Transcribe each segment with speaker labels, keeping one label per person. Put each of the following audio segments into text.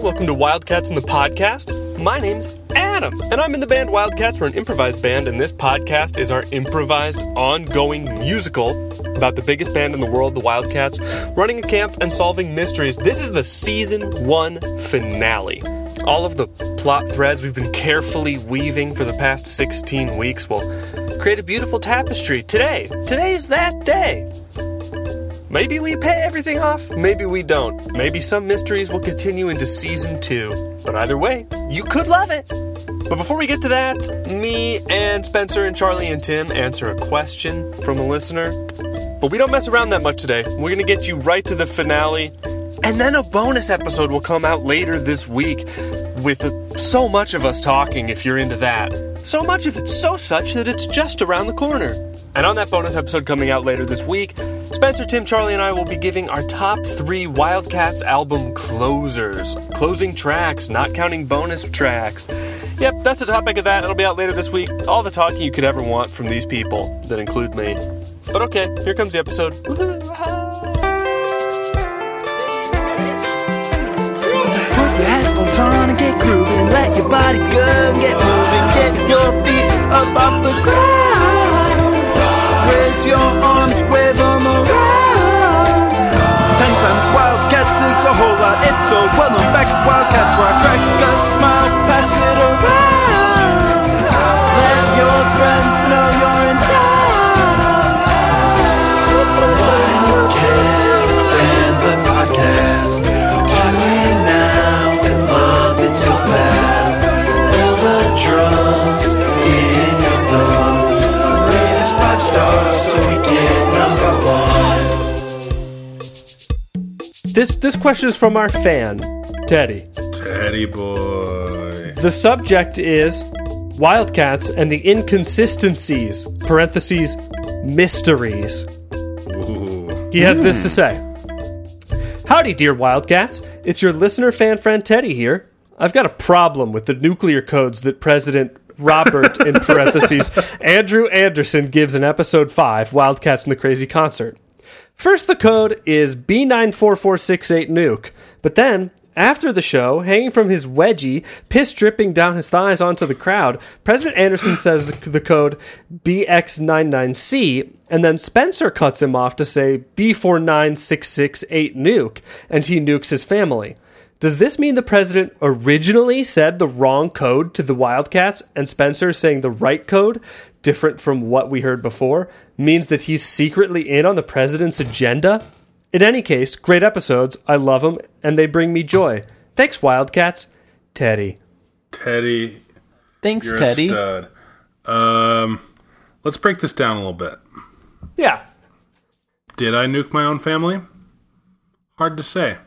Speaker 1: welcome to Wildcats in the Podcast. My name's Adam, and I'm in the band Wildcats. We're an improvised band, and this podcast is our improvised, ongoing musical about the biggest band in the world, the Wildcats, running a camp and solving mysteries. This is the season one finale. All of the plot threads we've been carefully weaving for the past 16 weeks will create a beautiful tapestry. Today, today's that day. Maybe we pay everything off, maybe we don't. Maybe some mysteries will continue into season two. But either way, you could love it. But before we get to that, me and Spencer and Charlie and Tim answer a question from a listener. But we don't mess around that much today. We're gonna get you right to the finale. And then a bonus episode will come out later this week with so much of us talking if you're into that. So much of it's so such that it's just around the corner. And on that bonus episode coming out later this week, Spencer, Tim, Charlie, and I will be giving our top three Wildcats album closers. Closing tracks, not counting bonus tracks. Yep, that's the topic of that. It'll be out later this week. All the talking you could ever want from these people that include me. But okay, here comes the episode.
Speaker 2: Put your headphones on and get grooving. and Let your body go and get moving. Get your feet up off the ground. Raise your arms, wave them around. Ten times Wildcats is a whole lot. It's a well known back. Wildcats rock, crack a smile, pass it around. Let your friends know you're in town. Wildcats and the podcast. Tune in now and love it so fast. Feel the drums in your thumbs. Rate us five stars so we get number one.
Speaker 1: This this question is from our fan, Teddy.
Speaker 3: Teddy boy.
Speaker 1: The subject is Wildcats and the inconsistencies, parentheses, mysteries.
Speaker 3: Ooh.
Speaker 1: He has this to say Hmm. Howdy, dear Wildcats. It's your listener fan friend Teddy here. I've got a problem with the nuclear codes that President Robert, in parentheses, Andrew Anderson gives in episode 5, Wildcats and the Crazy Concert. First, the code is B94468 nuke, but then, after the show, hanging from his wedgie, piss dripping down his thighs onto the crowd, President Anderson says the code BX99C, and then Spencer cuts him off to say B49668 nuke, and he nukes his family. Does this mean the president originally said the wrong code to the Wildcats and Spencer is saying the right code, different from what we heard before, means that he's secretly in on the president's agenda? In any case, great episodes. I love them and they bring me joy. Thanks, Wildcats. Teddy.
Speaker 3: Teddy,
Speaker 4: Thanks,
Speaker 3: you're
Speaker 4: Teddy.
Speaker 3: a stud. Um, let's break this down a little bit.
Speaker 1: Yeah.
Speaker 3: Did I nuke my own family? Hard to say.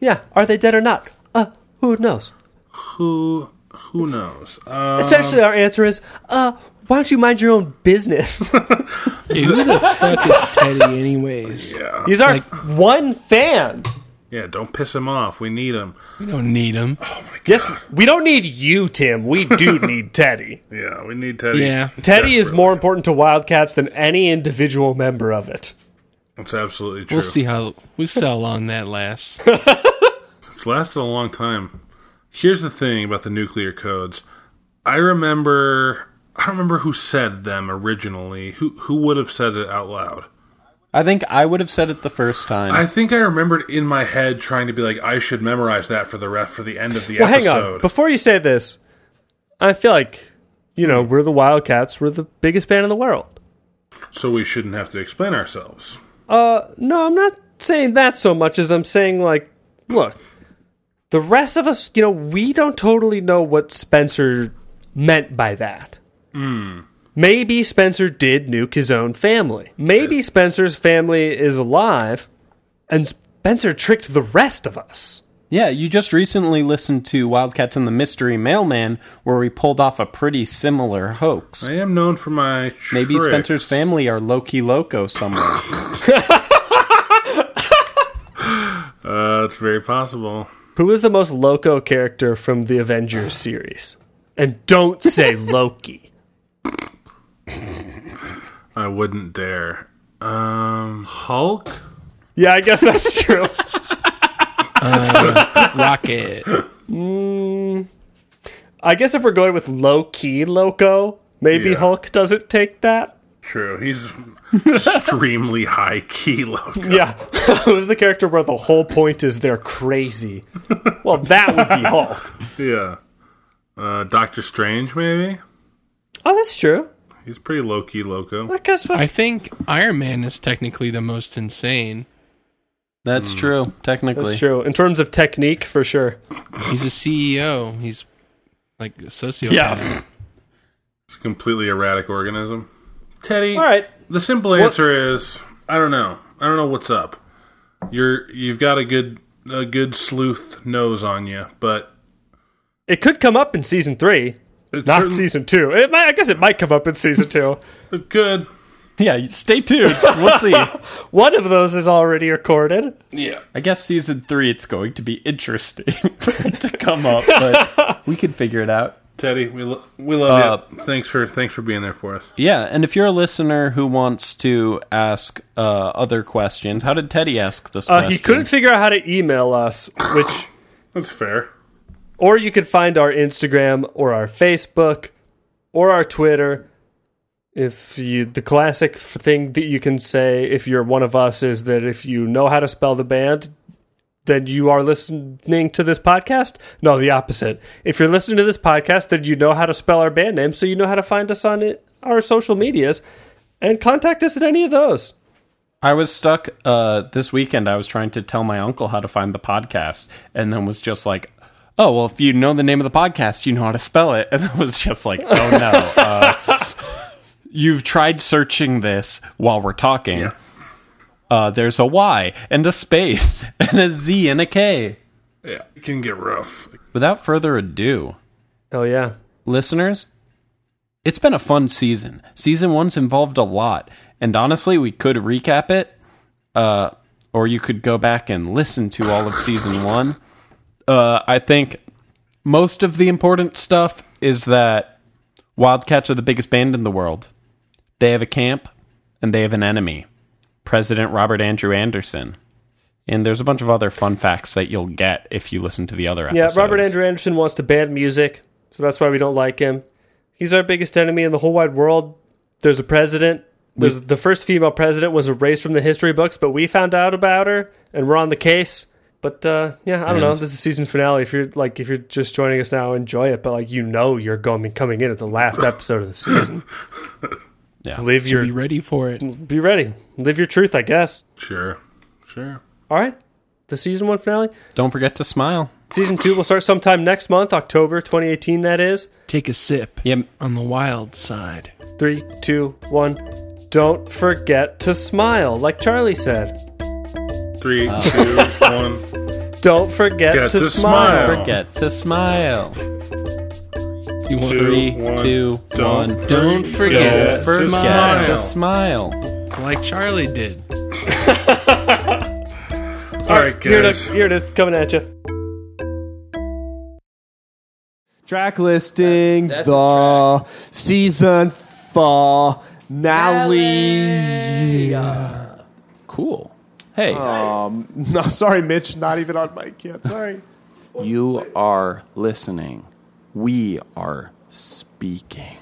Speaker 1: Yeah. Are they dead or not? Uh, who knows?
Speaker 3: Who who knows? Uh,
Speaker 1: Essentially, our answer is, uh, why don't you mind your own business?
Speaker 5: Who the fuck is Teddy, anyways?
Speaker 1: He's our one fan.
Speaker 3: yeah, don't piss him off. We need him.
Speaker 5: We don't need him.
Speaker 1: Yes, we don't need you, Tim. We do need Teddy.
Speaker 3: Yeah, we need Teddy.
Speaker 5: Yeah.
Speaker 1: Teddy is
Speaker 3: Desperately.
Speaker 1: more important to Wildcats than any individual member of it.
Speaker 3: That's absolutely true.
Speaker 5: We'll see how we sell on that lasts.
Speaker 3: It's lasted a long time. Here's the thing about the nuclear codes. I remember. I don't remember who said them originally. Who who would have said it out loud?
Speaker 4: I think I would have said it the first time.
Speaker 3: I think I remembered in my head trying to be like, I should memorize that for the ref for the end of the
Speaker 1: Well,
Speaker 3: episode.
Speaker 1: hang on. Before you say this, I feel like, you know, we're the Wildcats. We're the biggest band in the world.
Speaker 3: so we shouldn't have to explain ourselves.
Speaker 1: No, I'm not saying that so much as I'm saying, like, look, the rest of us, you know, we don't totally know what Spencer meant by that. Maybe Spencer did nuke his own family. Maybe Spencer's family is alive, and Spencer tricked the rest of us.
Speaker 4: yeah, you just recently listened to Wildcats and the Mystery Mailman, where we pulled off a pretty similar hoax.
Speaker 3: I am known for my
Speaker 4: Maybe
Speaker 3: tricks.
Speaker 4: Spencer's family are Loki Loco somewhere.
Speaker 3: Uh, it's very possible.
Speaker 1: Who is the most loco character from the Avengers series? And don't say Loki.
Speaker 3: I wouldn't dare. Um, Hulk.
Speaker 1: Yeah, I guess that's true.
Speaker 5: Rocket.
Speaker 1: I guess if we're going with low key loco, maybe
Speaker 3: Yeah.
Speaker 1: Hulk doesn't take that.
Speaker 3: True. He's extremely high kilo.
Speaker 1: Yeah. Who's the character where the whole point is they're crazy? Well, that would be Hulk.
Speaker 3: Yeah. Uh, Doctor Strange, maybe?
Speaker 1: Oh, that's true.
Speaker 3: He's pretty low key loco.
Speaker 1: I guess what
Speaker 5: I think Iron Man is technically the most insane.
Speaker 4: That's true, technically.
Speaker 1: Hmm. that's true. In terms of technique, for sure.
Speaker 5: He's a CEO. He's like a sociopath.
Speaker 1: Yeah.
Speaker 3: It's a completely erratic organism. Teddy,
Speaker 1: All right.
Speaker 3: the simple answer is I don't know. I don't know what's up. You're you've got a good a good sleuth nose on you, but
Speaker 1: It could come up in season three,
Speaker 3: it
Speaker 1: not
Speaker 3: certain-
Speaker 1: season two. It might, I guess it might come up in season two.
Speaker 3: it could.
Speaker 4: Yeah, stay tuned. We'll see.
Speaker 1: One of those is already recorded. Uh,
Speaker 3: Yeah.
Speaker 4: I guess season three, it's going to be interesting to come up, but we could figure it out.
Speaker 3: Teddy, we lo- we love you. Thanks for thanks for being there for us.
Speaker 4: Yeah, and if you're a listener who wants to ask uh, other questions, how did Teddy ask this
Speaker 1: Uh,
Speaker 4: question?
Speaker 1: he couldn't figure out how to email us, which,
Speaker 3: That's fair.
Speaker 1: or you could find our Instagram or our Facebook or our Twitter. If you, the classic thing that you can say if you're one of us is that if you know how to spell the band, then you are listening to this podcast. No, the opposite. If you're listening to this podcast, then you know how to spell our band name, so you know how to find us on it, our social medias and contact us at any of those.
Speaker 4: I was stuck uh, this weekend. I was trying to tell my uncle how to find the podcast, and then was just like, "Oh, well, if you know the name of the podcast, you know how to spell it." And I was just like, "Oh no." Uh, You've tried searching this while we're talking. Uh, there's a Y and a space and a Z and a K.
Speaker 3: Yeah. It can get rough.
Speaker 4: Without further ado,
Speaker 1: Oh yeah.
Speaker 4: listeners, it's been a fun season. Season one's involved a lot, and honestly, we could recap it, uh, or you could go back and listen to all of season one. Uh, I think most of the important stuff is that Wildcats are the biggest band in the world. They have a camp, and they have an enemy, President Robert Andrew Anderson. And there's a bunch of other fun facts that you'll get if you listen to the other
Speaker 1: Yeah,
Speaker 4: episodes.
Speaker 1: Robert Andrew Anderson wants to ban music, so that's why we don't like him. He's our biggest enemy in the whole wide world. There's a president. There's the first female president was erased from the history books, but we found out about her, and we're on the case. But uh, yeah, I don't know.
Speaker 4: And-
Speaker 1: This is season finale. If you're like, if you're just joining us now, enjoy it. But like, you know, you're going coming in at the last episode of the season.
Speaker 4: Yeah.
Speaker 1: Live your
Speaker 5: Be ready for it.
Speaker 1: be ready. Live your truth, I guess.
Speaker 3: Sure. Sure.
Speaker 1: All right, the season one finale.
Speaker 4: Don't forget to smile.
Speaker 1: Season two will start sometime next month, October 2018. That is.
Speaker 5: Take a sip
Speaker 4: Yeah,
Speaker 5: on the wild side.
Speaker 1: Three, two, one. Don't forget to smile, like Charlie said.
Speaker 3: Three, two, one.
Speaker 1: Don't forget
Speaker 3: Get
Speaker 1: to,
Speaker 3: to
Speaker 1: smile.
Speaker 3: smile.
Speaker 4: forget to smile.
Speaker 5: You want
Speaker 3: Two,
Speaker 4: Three,
Speaker 3: one.
Speaker 4: two,
Speaker 3: Don't
Speaker 4: one.
Speaker 3: forget
Speaker 5: Don't forget
Speaker 3: to
Speaker 5: to
Speaker 4: Forget to
Speaker 3: smile.
Speaker 4: smile.
Speaker 5: like Charlie did.
Speaker 3: All right,
Speaker 1: Here it is,
Speaker 3: guys.
Speaker 1: here it is, coming at you.
Speaker 6: Track listing the season finale.
Speaker 4: Cool. Hey,
Speaker 6: Um, no, sorry, Mitch, not even on mic yet. Sorry.
Speaker 7: You are listening. We are speaking.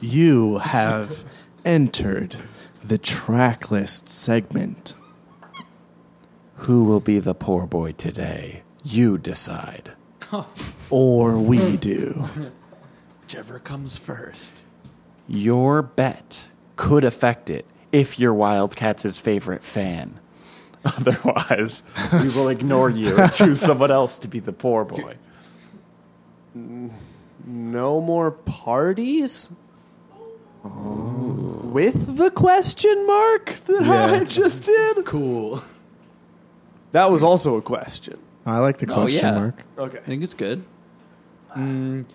Speaker 6: You have entered the track list segment.
Speaker 7: Who will be the poor boy today? You decide.
Speaker 6: Or we do.
Speaker 5: Whichever comes first.
Speaker 7: Your bet could affect it if you're Wildcats' favorite fan. Otherwise, we will ignore you and choose someone else to be the poor boy.
Speaker 6: No more parties? With the question mark that I just did?
Speaker 8: Cool.
Speaker 6: That was also a question.
Speaker 8: I like the question
Speaker 9: Oh, yeah.
Speaker 8: mark.
Speaker 6: Okay.
Speaker 9: I think it's good. Mm,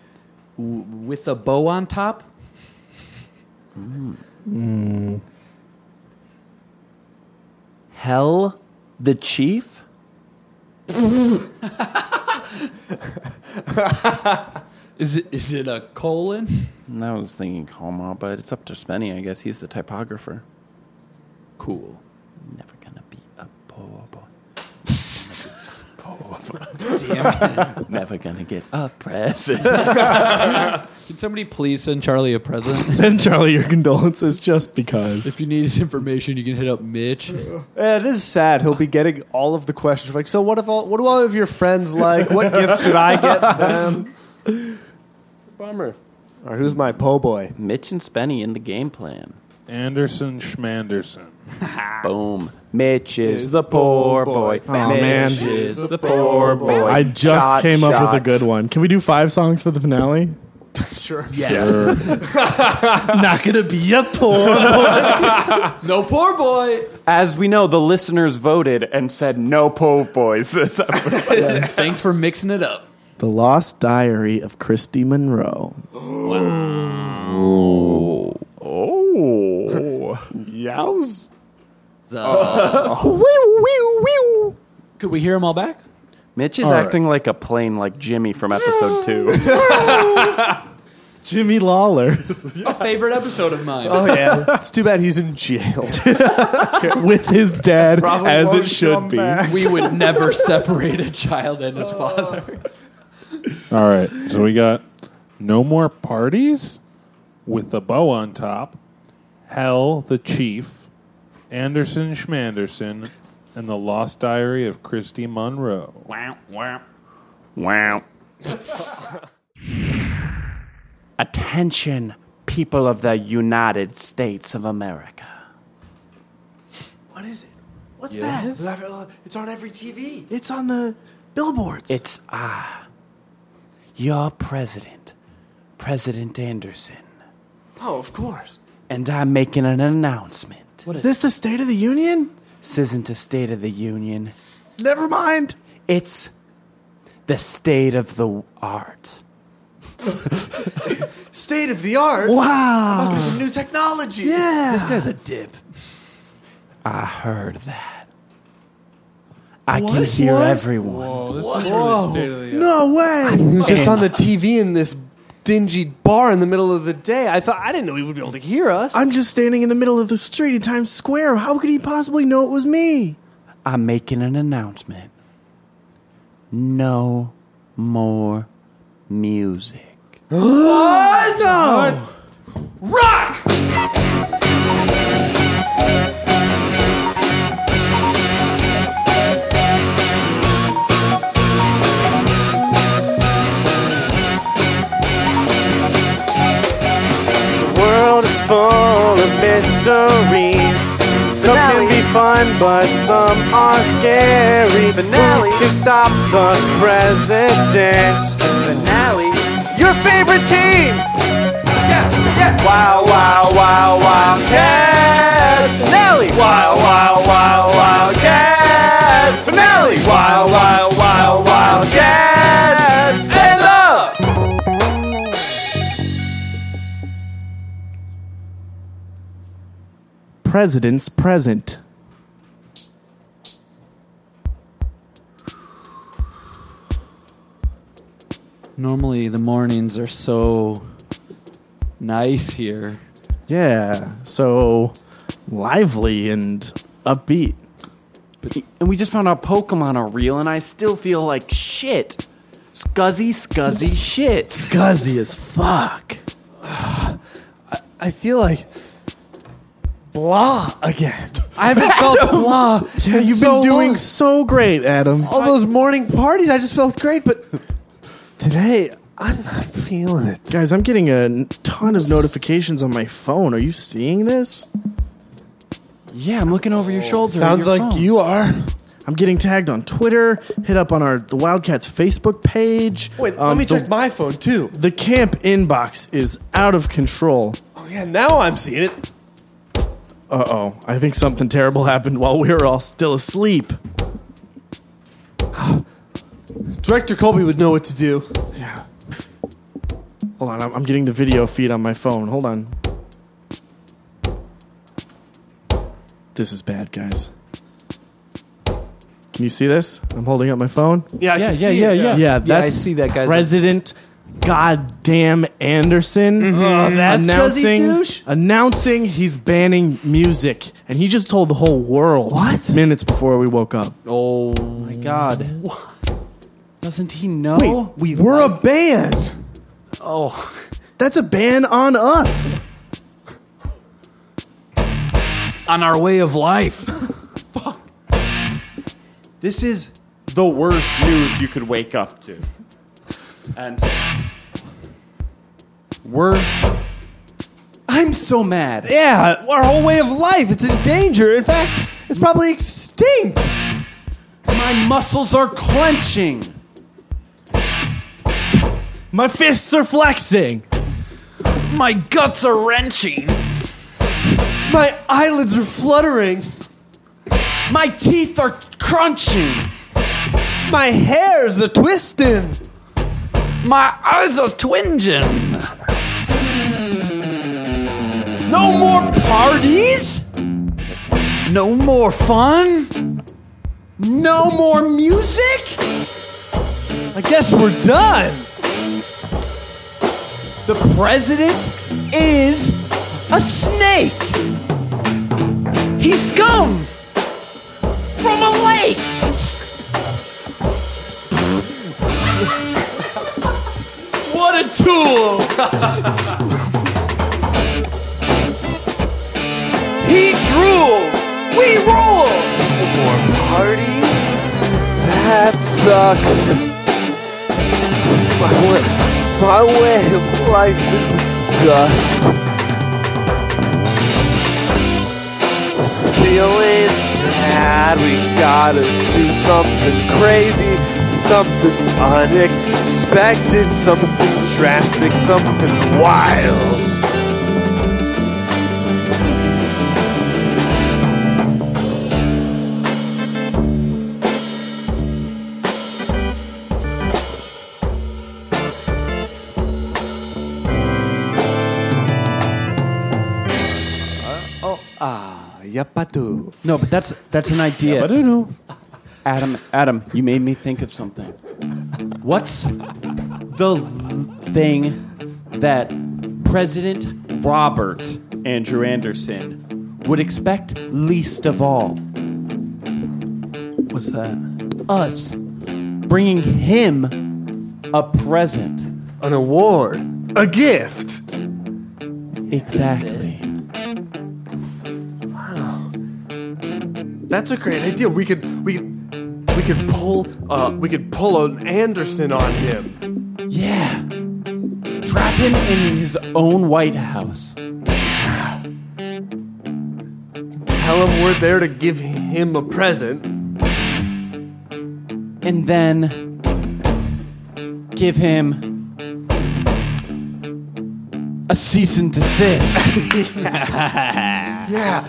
Speaker 9: w- with a bow on top.
Speaker 7: Mm. Hell the Chief?
Speaker 9: Is it is it a colon?
Speaker 7: I was thinking Como, but it's up to Spenny, I guess. He's the typographer.
Speaker 9: Cool.
Speaker 7: Never gonna be a
Speaker 4: Never gonna get a present.
Speaker 10: Can somebody please send Charlie a present?
Speaker 7: Send Charlie your condolences just because.
Speaker 10: if you need his information, you can hit up Mitch.
Speaker 1: Yeah, it is sad. He'll be getting all of the questions like, so what if all, what do all of your friends like? What gifts should I get them? It's a bummer. All right, who's my po' boy?
Speaker 4: Mitch and Spenny in the game plan.
Speaker 3: Anderson Schmanderson.
Speaker 4: Boom. Mitch is the poor boy.
Speaker 7: Oh, man.
Speaker 4: Mitch is the poor boy.
Speaker 7: I just
Speaker 4: Shot,
Speaker 7: came up with a
Speaker 4: shots.
Speaker 7: good one. Can we do five songs for the finale? sure. Not gonna be a poor.
Speaker 10: No poor boy.
Speaker 4: As we know, the listeners voted and said no po boys this episode.
Speaker 10: Thanks for mixing it up.
Speaker 7: the Lost Diary of Christy Monroe.
Speaker 4: Oh. Yows.
Speaker 10: So- Could we hear him all back?
Speaker 4: Mitch is acting like a plane like Jimmy from episode two.
Speaker 7: Jimmy Lawler
Speaker 10: A favorite episode of mine.
Speaker 1: Oh yeah, it's too bad he's in jail.
Speaker 7: with his dad, as
Speaker 4: Oh,
Speaker 7: it should be.
Speaker 10: We would never separate a child and his father.
Speaker 3: All right, so we got no more parties with the bow on top. Hell, the chief, Anderson Schmanderson, and the Lost Diary of Christy Monroe.
Speaker 4: Wow. Attention, people of the United States of America.
Speaker 7: What is it? What's that? oh, It's on every TV. It's on the billboards.
Speaker 4: It's I, your president, President Anderson,
Speaker 7: oh, of course.
Speaker 4: and I'm making an announcement.
Speaker 7: Is this the State of the Union?
Speaker 4: This isn't a State of the Union,
Speaker 7: Never mind.
Speaker 4: it's the state of the art.
Speaker 1: State of the art.
Speaker 7: Wow.
Speaker 1: Some new technology.
Speaker 7: Yeah.
Speaker 10: This guy's a dip.
Speaker 4: I heard that. I can hear everyone.
Speaker 3: Oh, this is really state of the
Speaker 7: No way.
Speaker 1: He was just on the TV in this dingy bar in the middle of the day. I thought I didn't know he would be able to hear us.
Speaker 7: I'm just standing in the middle of the street in Times Square. How could he possibly know it was me?
Speaker 4: I'm making an announcement. No more music.
Speaker 2: The world is full of mysteries. Some can be fun, but some are scary. Finale can stop the president. Finale. Your favorite team. Yeah, yeah. Wow, wow, wow, wow, cats. Finale. Wow, wow, wow, wow, cats. Finale. Wow, wow, wow, wow, cats. Stand up.
Speaker 7: President's present.
Speaker 10: Normally, the mornings are so nice here.
Speaker 7: Yeah. So lively and upbeat.
Speaker 4: And we just found out Pokemon are real, and I still feel like shit. Scuzzy, scuzzy shit.
Speaker 7: Guzzy as fuck.
Speaker 1: I feel like blah again. I haven't felt blah.
Speaker 7: Yeah, you've
Speaker 1: so
Speaker 7: been doing
Speaker 1: long.
Speaker 7: so great, Adam.
Speaker 1: all those morning parties. I just felt great, but today I'm not feeling it.
Speaker 7: Guys, I'm getting a ton of notifications on my phone. Are you seeing this?
Speaker 4: Yeah, I'm looking over your shoulder. at
Speaker 1: Sounds
Speaker 4: your
Speaker 1: like
Speaker 4: phone.
Speaker 1: you are.
Speaker 7: I'm getting tagged on Twitter. Hit up on our the Wildcats Facebook page.
Speaker 1: Wait, let
Speaker 7: Um,
Speaker 1: me
Speaker 7: the,
Speaker 1: check my phone too.
Speaker 7: The camp inbox is out of control.
Speaker 1: Oh yeah, now I'm seeing it.
Speaker 7: Uh oh, I think something terrible happened while we were all still asleep.
Speaker 1: Director Colby would know what to do.
Speaker 7: Hold on, I'm, I'm getting the video feed on my phone. Hold on. This is bad, guys. Can you see this? I'm holding up my phone.
Speaker 1: Yeah, I
Speaker 10: Yeah,
Speaker 1: can
Speaker 10: yeah,
Speaker 1: see
Speaker 10: yeah,
Speaker 1: it.
Speaker 10: yeah.
Speaker 7: Yeah,
Speaker 10: Yeah, I
Speaker 7: that's
Speaker 10: see that guy's.
Speaker 7: President Goddamn Anderson
Speaker 1: that's
Speaker 7: announcing
Speaker 1: fuzzy douche.
Speaker 7: announcing he's banning music, and he just told the whole world
Speaker 1: What?
Speaker 7: minutes before we woke up.
Speaker 10: oh my god! Doesn't he know?
Speaker 1: Wait, we are a band.
Speaker 10: Oh.
Speaker 1: That's a ban on us.
Speaker 10: On our way of life.
Speaker 7: This is the worst news you could wake up to. And we're. I'm so mad.
Speaker 2: Yeah, our whole way of life. It's in danger. In fact, it's probably extinct.
Speaker 7: My muscles are clenching.
Speaker 1: My fists are flexing.
Speaker 10: My guts are wrenching.
Speaker 2: My eyelids are fluttering.
Speaker 7: My teeth are crunching.
Speaker 2: My hairs are twisting.
Speaker 10: My eyes are twinging.
Speaker 7: No more parties.
Speaker 10: No more fun.
Speaker 7: No more music.
Speaker 2: I guess we're done.
Speaker 7: The president is a snake.
Speaker 10: He's scum from a lake.
Speaker 7: What a tool. he drools. We rule.
Speaker 2: That sucks. My way, my way of life is dust. Feeling bad, we gotta do something crazy, something unexpected, something drastic, something wild. Yapatu.
Speaker 7: No, but that's that's an idea.
Speaker 11: Ba-do-do.
Speaker 7: Adam, Adam, you made me think of something. What's the l- thing that President Robert Andrew Anderson would expect least of all?
Speaker 10: What's that?
Speaker 7: Us bringing him a present.
Speaker 1: An award. A gift.
Speaker 7: Exactly.
Speaker 1: That's a great idea. We could we could we could pull uh we could pull an Anderson on him.
Speaker 7: Yeah. Trap him in his own White House.
Speaker 1: Tell him we're there to give him a present.
Speaker 7: and then give him a cease and desist.
Speaker 1: Yeah.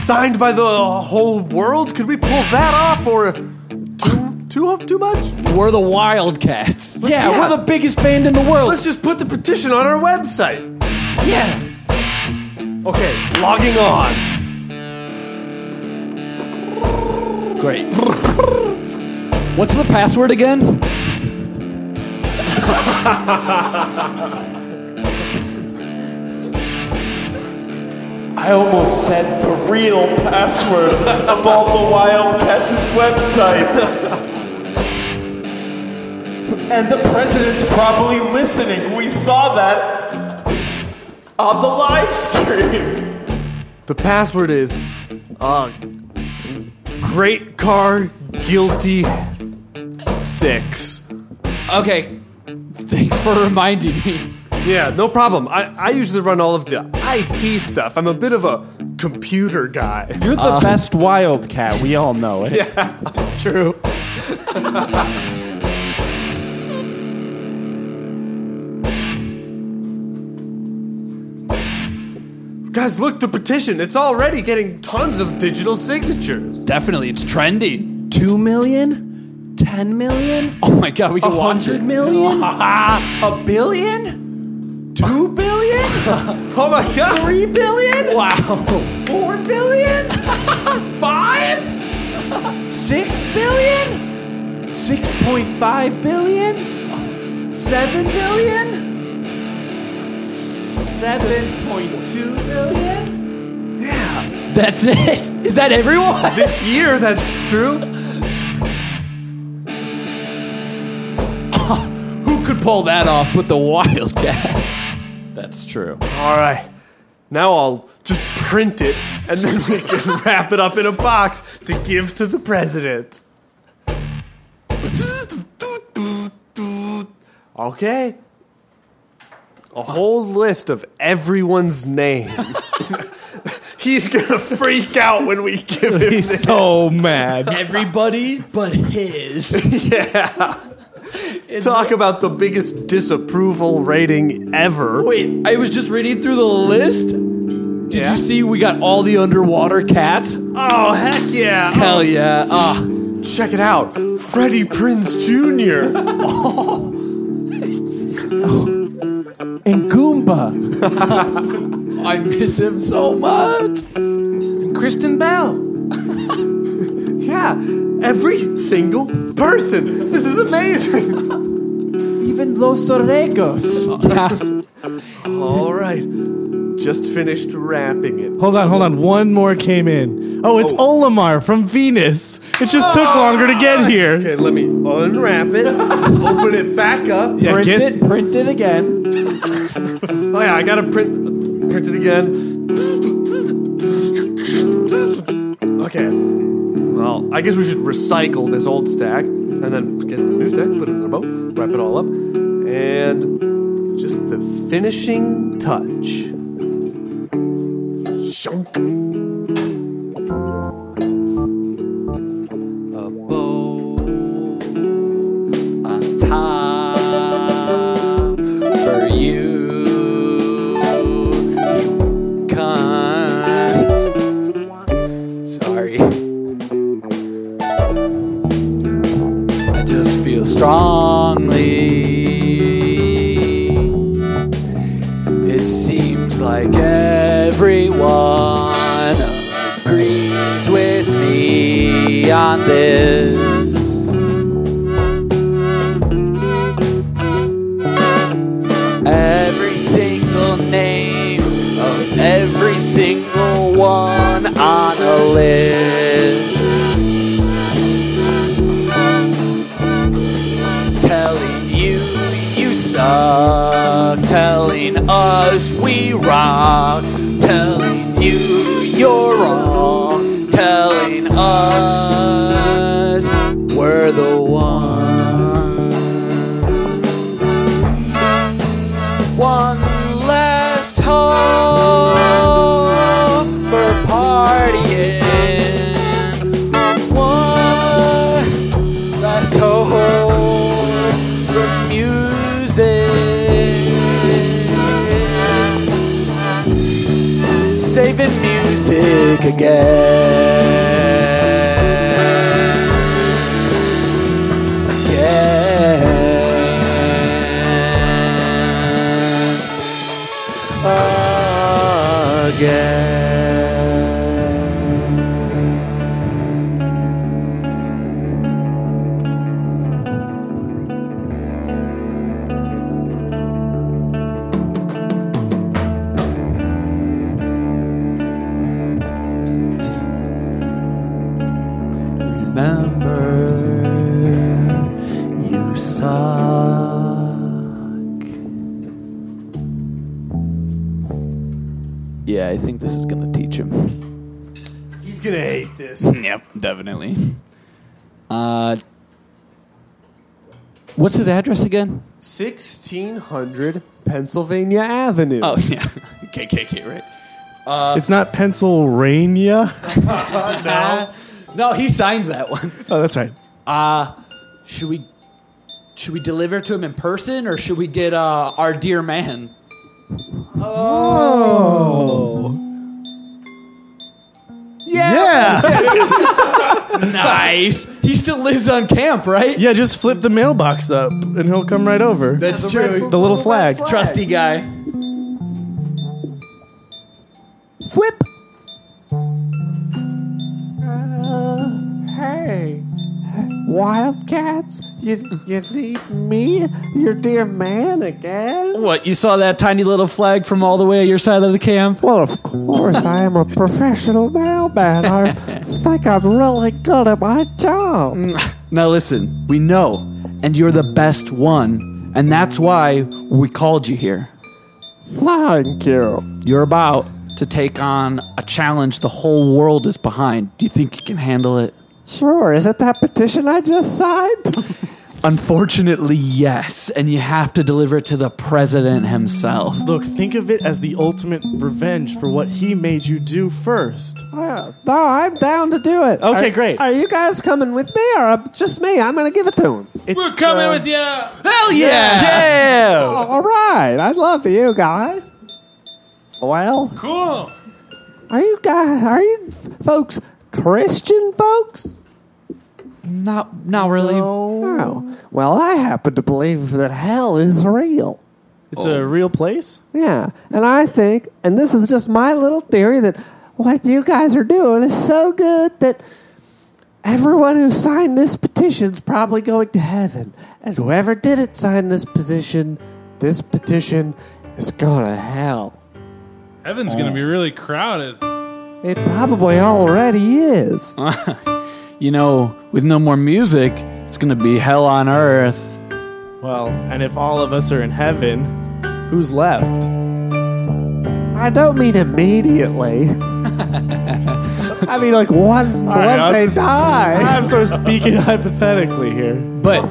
Speaker 1: Signed by the whole world? Could we pull that off or too too too much?
Speaker 10: We're the Wildcats.
Speaker 7: yeah,
Speaker 1: Yeah.
Speaker 7: we're the biggest band in the world.
Speaker 1: Let's just put the petition on our website.
Speaker 7: yeah,
Speaker 1: Okay, logging on.
Speaker 10: Great. What's the password again?
Speaker 7: I almost said the real password of all the Wildcats' websites. and the president's probably listening. We saw that on the live stream.
Speaker 1: The password is uh Great Car Guilty Six.
Speaker 10: Okay. Thanks for reminding me.
Speaker 1: Yeah, no problem. I, I usually run all of the IT stuff. I'm a bit of a computer guy.
Speaker 7: You're the best Wildcat. We all know it.
Speaker 1: True. Guys, look, the petition. It's already getting tons of digital signatures.
Speaker 10: Definitely, it's trending.
Speaker 7: Two million? Ten million?
Speaker 10: Oh my god, we
Speaker 7: A
Speaker 10: can watch
Speaker 7: hundred
Speaker 10: it.
Speaker 7: million? a billion? Two billion?
Speaker 1: Oh my god.
Speaker 7: Three billion?
Speaker 10: Wow.
Speaker 7: Four billion? Five? Six billion? Six point five billion? Seven billion? Seven point two billion?
Speaker 10: That's it. Is that everyone?
Speaker 1: This year, that's true.
Speaker 10: pull that off with the Wildcats.
Speaker 12: That's true.
Speaker 1: All right. Now I'll just print it and then we can wrap it up in a box to give to the president. Okay. A whole list of everyone's name. He's gonna freak out when we give him
Speaker 10: He's
Speaker 1: this.
Speaker 10: so
Speaker 1: mad.
Speaker 10: Everybody but his.
Speaker 1: yeah. Talk about the biggest disapproval rating ever.
Speaker 10: Wait, I was just reading through the list. Did you see we got all the underwater cats?
Speaker 1: Oh, heck yeah.
Speaker 10: Hell yeah. Ah.
Speaker 1: Check it out. Freddie Prinz Jr.
Speaker 7: Oh.
Speaker 2: And Goomba.
Speaker 10: I miss him so much.
Speaker 2: Kristen Bell.
Speaker 1: Yeah, every single person. This is amazing.
Speaker 2: Even Los Oregos.
Speaker 1: All right, just finished wrapping it.
Speaker 7: Hold on, hold on. One more came in. Oh, it's Olimar from Venus. It just took longer to get here.
Speaker 1: Okay, let me unwrap it, open it back up.
Speaker 7: Yeah,
Speaker 2: Print
Speaker 7: get-
Speaker 2: it, print it again.
Speaker 1: Oh yeah, I gotta print print it again. Okay. Well, I guess we should recycle this old stack and then get this new stack, put it in a boat, wrap it all up, and just the finishing touch. Shunk.
Speaker 10: A bow on top for you. You cunt. Sorry. I just feel strongly. It seems like everyone agrees with me on this. Every single name of every single one on a list. telling you you suck, telling us we rock, telling you you're wrong, telling us we're the one. One last hope for partying. One last hope for music. Saving music again. Again. Again. Remember, Uh, you suck. Yeah, I think this is gonna teach him.
Speaker 13: He's gonna hate this.
Speaker 10: Yep, definitely. Uh, what's his address again?
Speaker 1: 1600 Pennsylvania Avenue.
Speaker 10: Oh yeah, KKK, right?
Speaker 7: it's not Pennsylvania.
Speaker 10: No, he signed that one.
Speaker 7: Oh, that's right.
Speaker 10: Uh, should we should we deliver to him in person or should we get uh, our dear man?
Speaker 7: Yeah. yeah.
Speaker 10: Nice. he still lives on camp, right?
Speaker 7: just flip the mailbox up and he'll come right over.
Speaker 10: That's true.
Speaker 7: the little flag.
Speaker 10: Trusty guy.
Speaker 7: Whip.
Speaker 2: Uh, Hey, Wildcats, you, you need me, your dear man, again?
Speaker 10: What, you saw that tiny little flag from all the way your side of the camp?
Speaker 2: Well, of course, I am a professional mailman. I think I'm really good at my job.
Speaker 10: Now listen, we know, and you're the best one.
Speaker 7: And that's why we called you here. Thank you. You're about to take on a challenge the whole world is behind. Do you think you can handle it?
Speaker 10: Sure. Is it that petition I just signed?
Speaker 7: Unfortunately, yes. And you have to deliver it to the president himself.
Speaker 14: Look, think of it as the ultimate revenge for what he made you do first.
Speaker 10: no, I'm down to do it.
Speaker 14: Okay,
Speaker 10: Are-
Speaker 14: great.
Speaker 10: Are you guys coming with me or uh, just me? I'm going to give it to him.
Speaker 3: We're coming
Speaker 7: uh,
Speaker 3: with you.
Speaker 10: Hell
Speaker 3: Yeah.
Speaker 10: Oh, all right. I love you guys. Well,
Speaker 3: Cool.
Speaker 10: are you guys, are you f- folks Christian folks?
Speaker 7: Not, not really.
Speaker 10: No. Oh,
Speaker 14: Mm-hmm.
Speaker 10: Well, I happen to believe that hell is real.
Speaker 14: It's a real place?
Speaker 10: Yeah, and I think, and this is just my little theory that what you guys are doing is so good that everyone who signed this petition's probably going to heaven, and whoever didn't sign this petition, this petition is going to hell.
Speaker 3: Heaven's going to be really crowded.
Speaker 10: It probably already is.
Speaker 7: you know, with no more music, it's going to be hell on earth.
Speaker 14: Well, and if all of us are in heaven, who's left?
Speaker 10: I don't mean immediately. I mean, like one,
Speaker 14: All right,
Speaker 10: one
Speaker 14: I'm
Speaker 10: they
Speaker 14: just-
Speaker 10: die.
Speaker 14: I'm sort of speaking hypothetically here.
Speaker 7: But,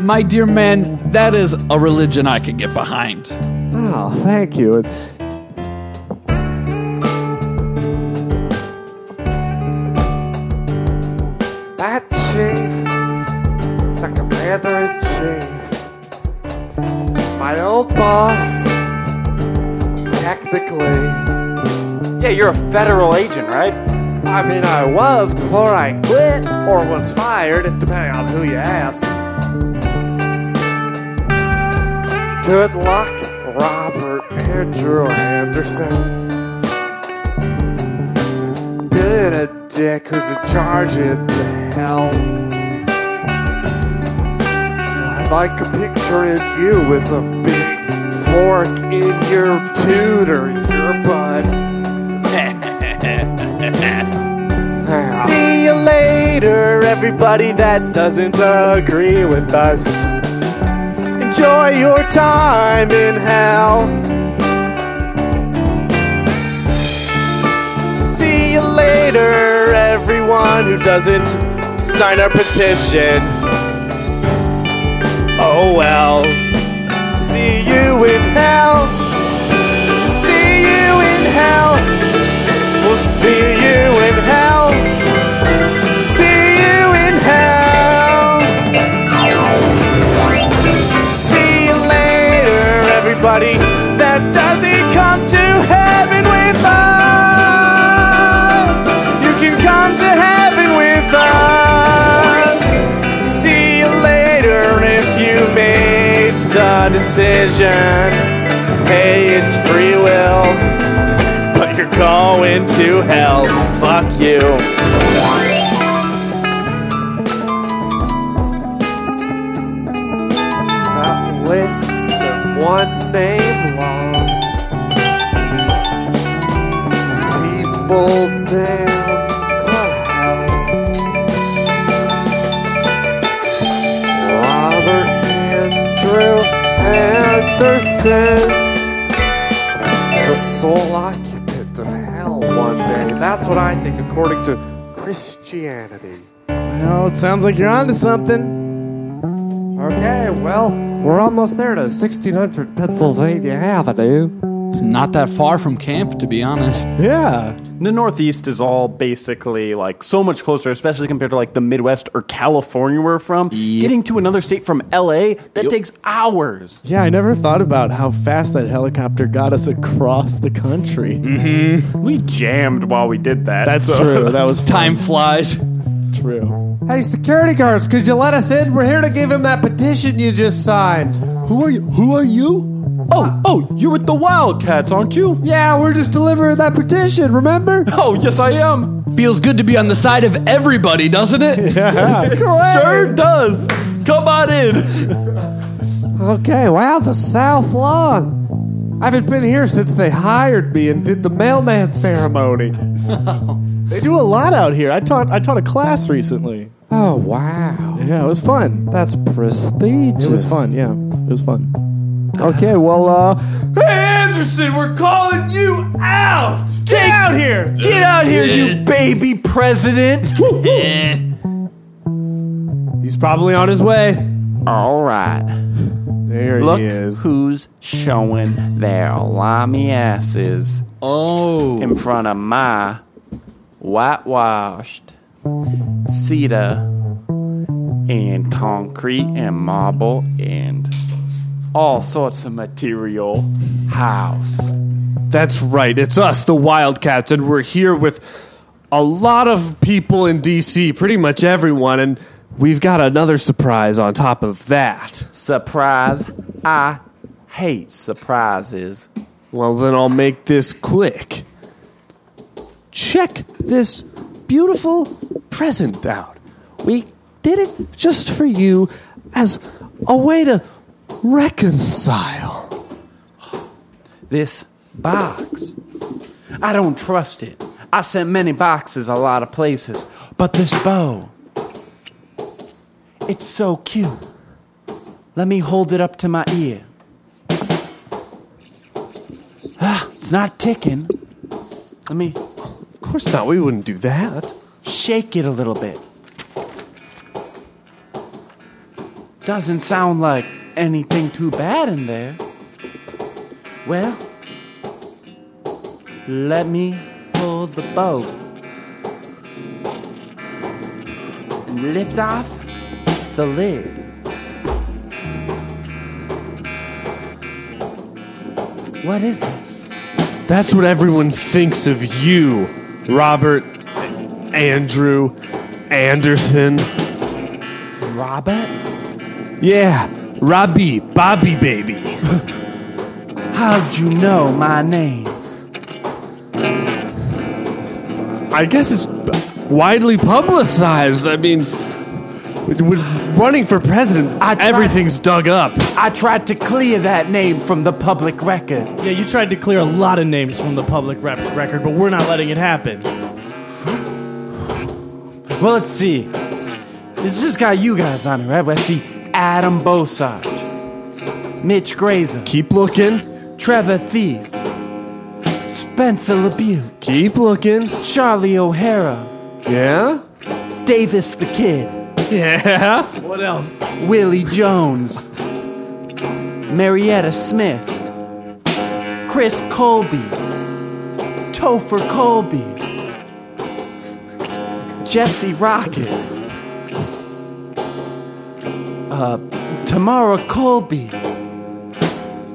Speaker 7: my dear man, that is a religion I could get behind.
Speaker 10: Oh, thank you. That chief, the commander in chief, my old boss, technically. Yeah, you're a federal agent, right? I mean, I was before I quit or was fired, depending on who you ask. Good luck, Robert Andrew Anderson. Being a dick who's in charge of the hell. I like a picture of you with a big fork in your toot or your butt. See you later, everybody that doesn't agree with us. Enjoy your time in hell.
Speaker 2: See you later, everyone who doesn't sign our petition. Oh well. See you in hell. See you in hell. We'll see you in hell. See you in hell. See you later, everybody that doesn't come to heaven with us. You can come to heaven with us. See you later if you made the decision. Hey, it's free will, but you're going to hell. Fuck you.
Speaker 10: That list of one name long. People damned to hell. Robert Andrew Anderson, the sole occupant of hell one day. That's what I think, according to Christianity.
Speaker 15: Well, it sounds like you're onto something.
Speaker 10: Okay, well, we're almost there to 1600 Pennsylvania Avenue.
Speaker 7: It's not that far from camp, to be honest.
Speaker 15: Yeah.
Speaker 4: The Northeast is all basically like so much closer, especially compared to like the Midwest or California we're from. Getting to another state from LA, that takes hours.
Speaker 14: Yeah, I never thought about how fast that helicopter got us across the country. Mm-hmm.
Speaker 4: We jammed while we did that.
Speaker 14: That's
Speaker 4: so-
Speaker 14: true. That was
Speaker 7: time flies.
Speaker 14: True.
Speaker 10: Hey, security guards, could you let us in? We're here to give him that petition you just signed. Who are you? Who are you?
Speaker 4: Oh, oh, you're with the Wildcats, aren't you?
Speaker 10: Yeah, we're just delivering that petition, remember?
Speaker 4: Oh, yes, I am.
Speaker 7: Feels good to be on the side of everybody, doesn't it?
Speaker 4: Sure does. Come on in.
Speaker 10: Okay, wow, the South Lawn. I haven't been here since they hired me and did the mailman ceremony.
Speaker 14: They do a lot out here. I taught I taught a class recently.
Speaker 10: Oh, wow.
Speaker 16: Yeah, it was fun. That's prestigious. It was fun. Yeah, it was fun. Okay, well, uh,
Speaker 17: Hey, Anderson, we're calling you out. Get out here. Get out here, you baby president.
Speaker 7: He's probably on his way.
Speaker 10: All right. There
Speaker 7: he
Speaker 10: Look
Speaker 7: is.
Speaker 10: who's showing their limey asses. Oh. In front of my whitewashed cedar and concrete and marble and all sorts of material house.
Speaker 2: That's right. It's us, the Wildcats, and we're here with a lot of people in DC, pretty much everyone, and we've got another surprise on top of that.
Speaker 10: Surprise? I hate surprises.
Speaker 2: Well, then I'll make this quick.
Speaker 17: Check this beautiful present out. We did it just for you as a way to reconcile.
Speaker 10: This box. I don't trust it. I sent many boxes a lot of places, but this bow. It's so cute. Let me hold it up to my ear. Ah, it's not ticking. Let me. Of
Speaker 2: course not. We wouldn't do that.
Speaker 10: Shake it a little bit. Doesn't sound like anything too bad in there. Well, let me pull the bow. And lift off the lid. What is it?
Speaker 2: That's what everyone thinks of you, Robert, Andrew, Anderson.
Speaker 10: Robert?
Speaker 2: Yeah, Robbie, Bobby Baby.
Speaker 10: How'd you know my name?
Speaker 2: I guess it's widely publicized. I mean, with, with running for president, everything's dug up.
Speaker 10: I tried to clear that name from the public record.
Speaker 18: Yeah, you tried to clear a lot of names from the public rep- record, but we're not letting it happen.
Speaker 10: Well, let's see. This has got you guys on it, right? Let's see. Adam Bosage, Mitch Grayson.
Speaker 2: Keep looking.
Speaker 10: Trevor Thies. Spencer LeBeau.
Speaker 2: Keep looking.
Speaker 10: Charlie O'Hara.
Speaker 2: Yeah?
Speaker 10: Davis the Kid.
Speaker 2: Yeah.
Speaker 18: What else?
Speaker 10: Willie Jones. Marietta Smith. Chris Colby. Topher Colby. Jesse Rocket. Uh, Tamara Colby.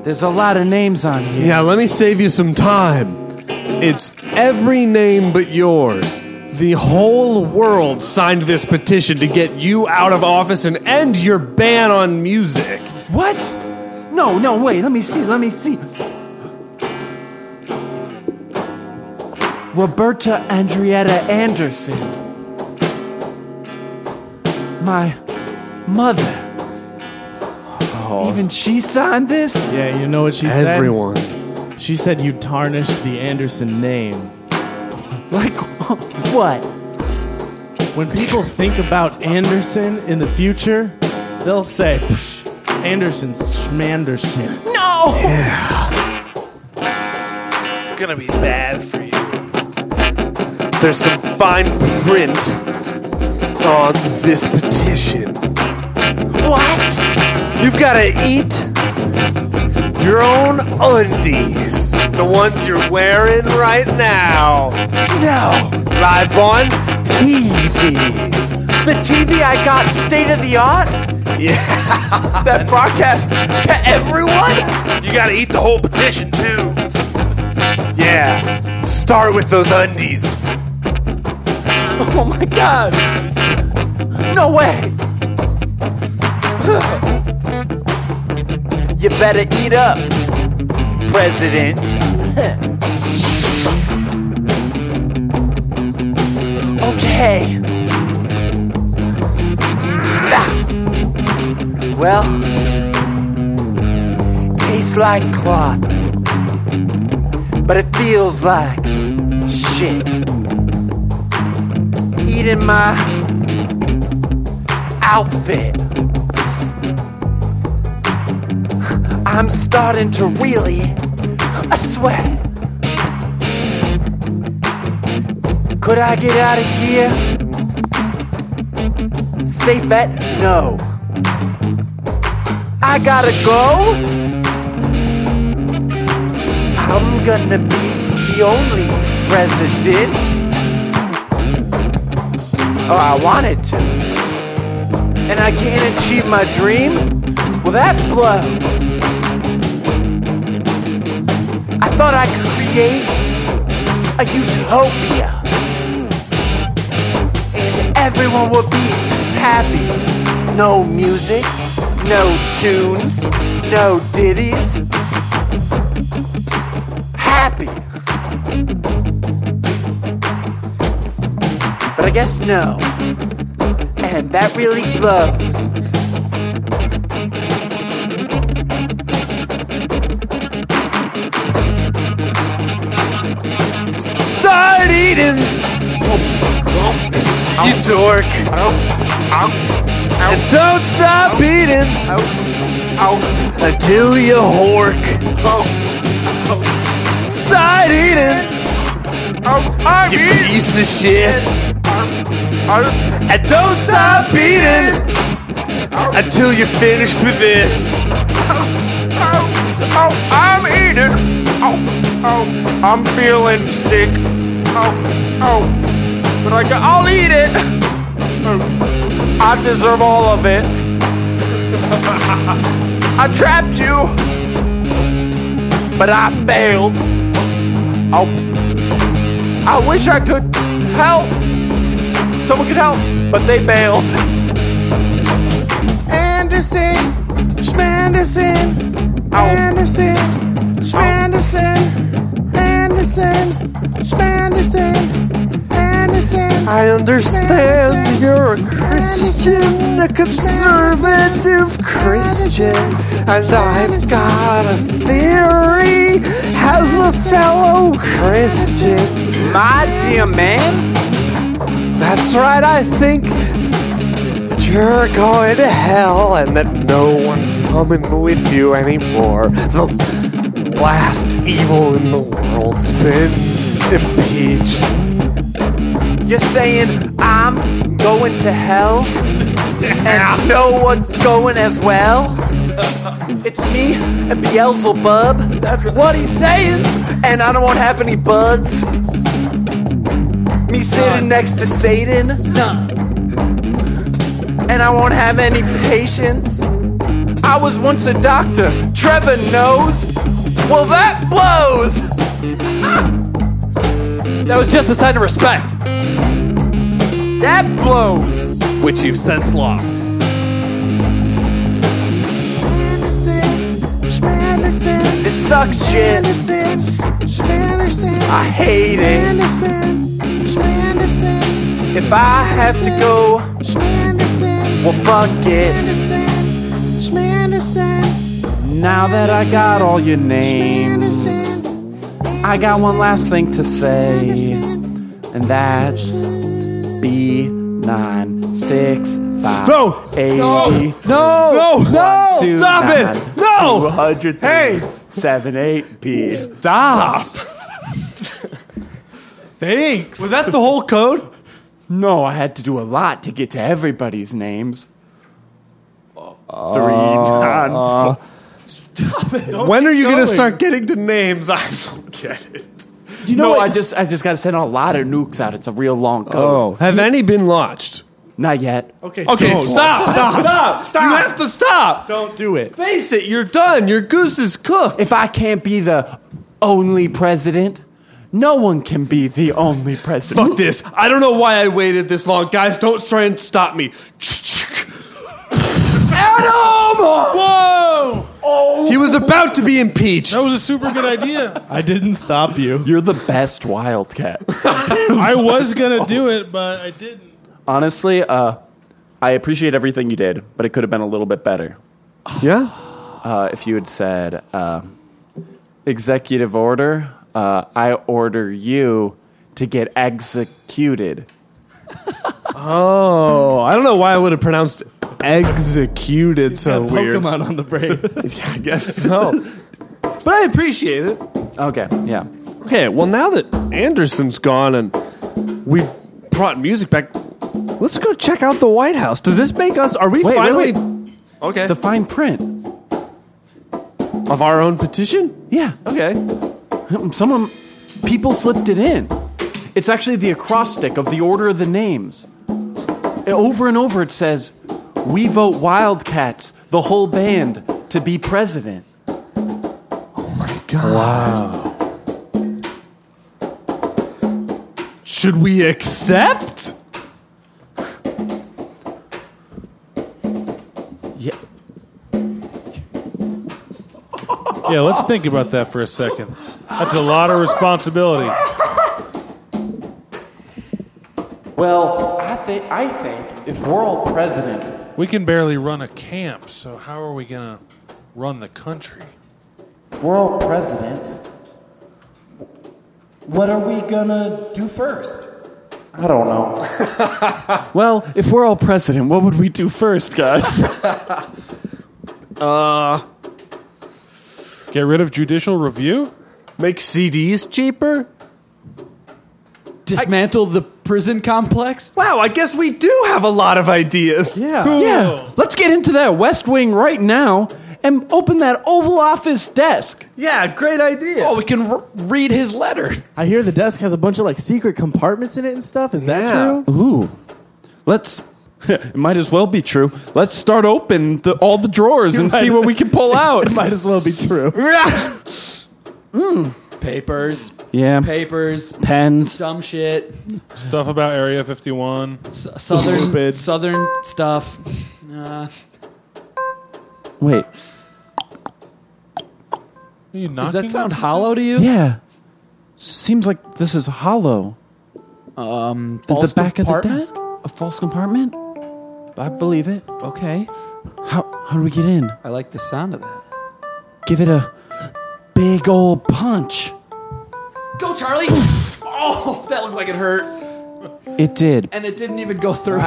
Speaker 10: There's a lot of names on here.
Speaker 2: Yeah, let me save you some time. It's every name but yours. The whole world signed this petition to get you out of office and end your ban on music.
Speaker 10: What? No, no, wait. Let me see. Let me see. Roberta Andrietta Anderson. My mother. Even she signed this?
Speaker 18: Yeah, you know what she
Speaker 2: Everyone.
Speaker 18: said? Everyone. She said you tarnished the Anderson name.
Speaker 10: Like, what?
Speaker 18: When people think about Anderson in the future, they'll say, "Psh, Anderson Schmanderson.
Speaker 10: No!
Speaker 18: It's gonna be bad for you.
Speaker 2: There's some fine print on this petition.
Speaker 17: What?
Speaker 2: You've got to eat your own undies, the ones you're wearing right now.
Speaker 17: No.
Speaker 2: Live on TV.
Speaker 17: The TV I got state of the art?
Speaker 2: Yeah.
Speaker 17: that broadcasts to everyone?
Speaker 19: You gotta eat the whole petition too.
Speaker 2: Yeah. Start with those undies.
Speaker 10: Oh my god! No way! you better eat up, President.
Speaker 17: Okay.
Speaker 10: Ah.
Speaker 17: Well,
Speaker 10: Tastes like cloth, but it feels like shit. Eating my
Speaker 2: outfit. I'm starting to really sweat. Could I get out of here? Safe bet, no. I gotta go. I'm gonna be the only president. Oh, I wanted to. And I can't achieve my dream? Well, that blows. I thought I could create a utopia. And everyone would be happy. No music, no tunes, no ditties. Happy. But I guess no. And that really blows. Start eating! You dork! And don't stop eating! Until you hork! Start eating! You piece of shit! And don't stop eating! Until you're finished with it!
Speaker 20: Oh, I'm eating. Oh, oh, I'm feeling sick. Oh, oh, but I ca- I'll eat it. Oh, I deserve all of it. I trapped you, but I failed. Oh, I wish I could help. Someone could help, but they failed.
Speaker 7: Anderson, Schmanderson, Anderson, Schmanderson, Anderson, Schmanderson, Anderson.
Speaker 21: I understand you're a Christian, a conservative Christian, and I've got a theory as a fellow Christian.
Speaker 2: My dear man.
Speaker 21: That's right, I think that you're going to hell and that no one's coming with you anymore. The last evil in the world's been impeached.
Speaker 2: You're saying I'm going to hell? And no one's going as well? It's me and Beelzebub. That's what he's saying. And I don't want to have any buds. Me sitting next to Satan. And I won't have any patience. I was once a doctor. Trevor knows. Well, that blows.
Speaker 10: That was just a sign of respect.
Speaker 2: That blows.
Speaker 10: Which you've since lost.
Speaker 2: This sucks shit. I hate it. If I have to go, well, fuck it.
Speaker 10: Now that I got all your names, I got one last thing to say, and that's B nine six five
Speaker 7: No!
Speaker 10: eight
Speaker 7: No! No!
Speaker 10: one,
Speaker 7: No!
Speaker 10: two,
Speaker 7: Stop
Speaker 10: nine,
Speaker 7: it! No!
Speaker 10: 200,
Speaker 7: Hey!
Speaker 10: seven eight B.
Speaker 7: Stop!
Speaker 10: Thanks. Was that the whole code? No, I had to do a lot to get to everybody's names. Three nine,
Speaker 4: uh,
Speaker 10: four. Stop it.
Speaker 4: When are you
Speaker 10: Don't
Speaker 4: going to
Speaker 10: go
Speaker 4: start getting to names? I don't get it.
Speaker 10: You know, I just I just got to send a lot of nukes out. It's a real long code.
Speaker 4: Oh, have any been launched?
Speaker 18: Oh.
Speaker 10: Not yet.
Speaker 4: Okay, okay,
Speaker 10: don't.
Speaker 4: stop,
Speaker 10: Stop.
Speaker 4: stop, stop, You have to stop.
Speaker 10: Don't do it.
Speaker 4: Face it, you're done. Your goose is cooked.
Speaker 10: If I can't be the only president, no one can be the only president.
Speaker 4: Fuck this. I don't know why I waited this long, guys. Don't try and stop me.
Speaker 7: Adam! Whoa! Oh!
Speaker 4: He was about to be impeached.
Speaker 1: That was a super good idea.
Speaker 22: I didn't stop you.
Speaker 10: You're the best wildcat.
Speaker 1: I was gonna do it, but I didn't.
Speaker 10: Honestly, uh, I appreciate everything you did, but it could have been a little bit better.
Speaker 4: Yeah?
Speaker 10: Uh, if you had said, uh, executive order, uh, I order you to get executed.
Speaker 4: Oh, I don't know why I would have pronounced it executed so
Speaker 2: Got
Speaker 4: weird.
Speaker 2: Pokemon on the brain.
Speaker 4: I guess so.
Speaker 1: But I appreciate it.
Speaker 4: Okay, yeah.
Speaker 1: Okay, well, now that Anderson's gone and we've brought music back, let's go check out the White House. Does this make us? Are we
Speaker 10: Wait, wait,
Speaker 1: finally
Speaker 10: Okay. The fine print.
Speaker 1: of our own petition?
Speaker 10: Yeah.
Speaker 1: Okay.
Speaker 10: Someone, people slipped it in. It's actually the acrostic of the order of the names. Over and over it says, We vote Wildcats, the whole band, to be president.
Speaker 1: Oh
Speaker 4: Wow. Should we accept?
Speaker 10: Yeah.
Speaker 3: Yeah, let's think about that for a second. That's a lot of responsibility.
Speaker 10: Well, I think, I think if we're all president,
Speaker 3: We can barely run a camp, so how are we going to run the country?
Speaker 10: if we're all president,
Speaker 23: What are we gonna do first?
Speaker 10: I don't know. well, if we're all president, what would we do first, guys?
Speaker 1: Uh,
Speaker 3: Get rid of judicial review?
Speaker 1: Make CDs cheaper?
Speaker 24: Dismantle the prison complex?
Speaker 1: Wow, I guess we do have a lot of ideas.
Speaker 24: Yeah.
Speaker 10: Yeah, let's get into that West Wing right now and open that Oval Office desk.
Speaker 1: Yeah, great idea.
Speaker 24: Oh, we can r- read his letter.
Speaker 2: I hear the desk has a bunch of like secret compartments in it and stuff. Is that true?
Speaker 10: Ooh, let's. It might as well be true. Let's start open the, all the drawers and see what we can pull out.
Speaker 2: it might as well be true.
Speaker 24: Papers.
Speaker 10: Hmm. Yeah.
Speaker 24: Papers.
Speaker 10: Pens.
Speaker 24: Dumb shit.
Speaker 3: Stuff about Area 51.
Speaker 24: Southern. Southern stuff. Uh,
Speaker 10: Wait.
Speaker 24: does that sound hollow to you?
Speaker 10: Yeah. Seems like this is hollow.
Speaker 24: Um,
Speaker 10: At the
Speaker 24: false
Speaker 10: back of the
Speaker 24: compartment?
Speaker 10: desk. A false compartment? I believe it.
Speaker 24: Okay.
Speaker 10: How, how do we get in?
Speaker 24: I like the sound of that.
Speaker 10: Give it a big old punch.
Speaker 24: Go, Charlie! oh, that looked like it hurt.
Speaker 10: It did.
Speaker 24: And it didn't even go through.
Speaker 10: No.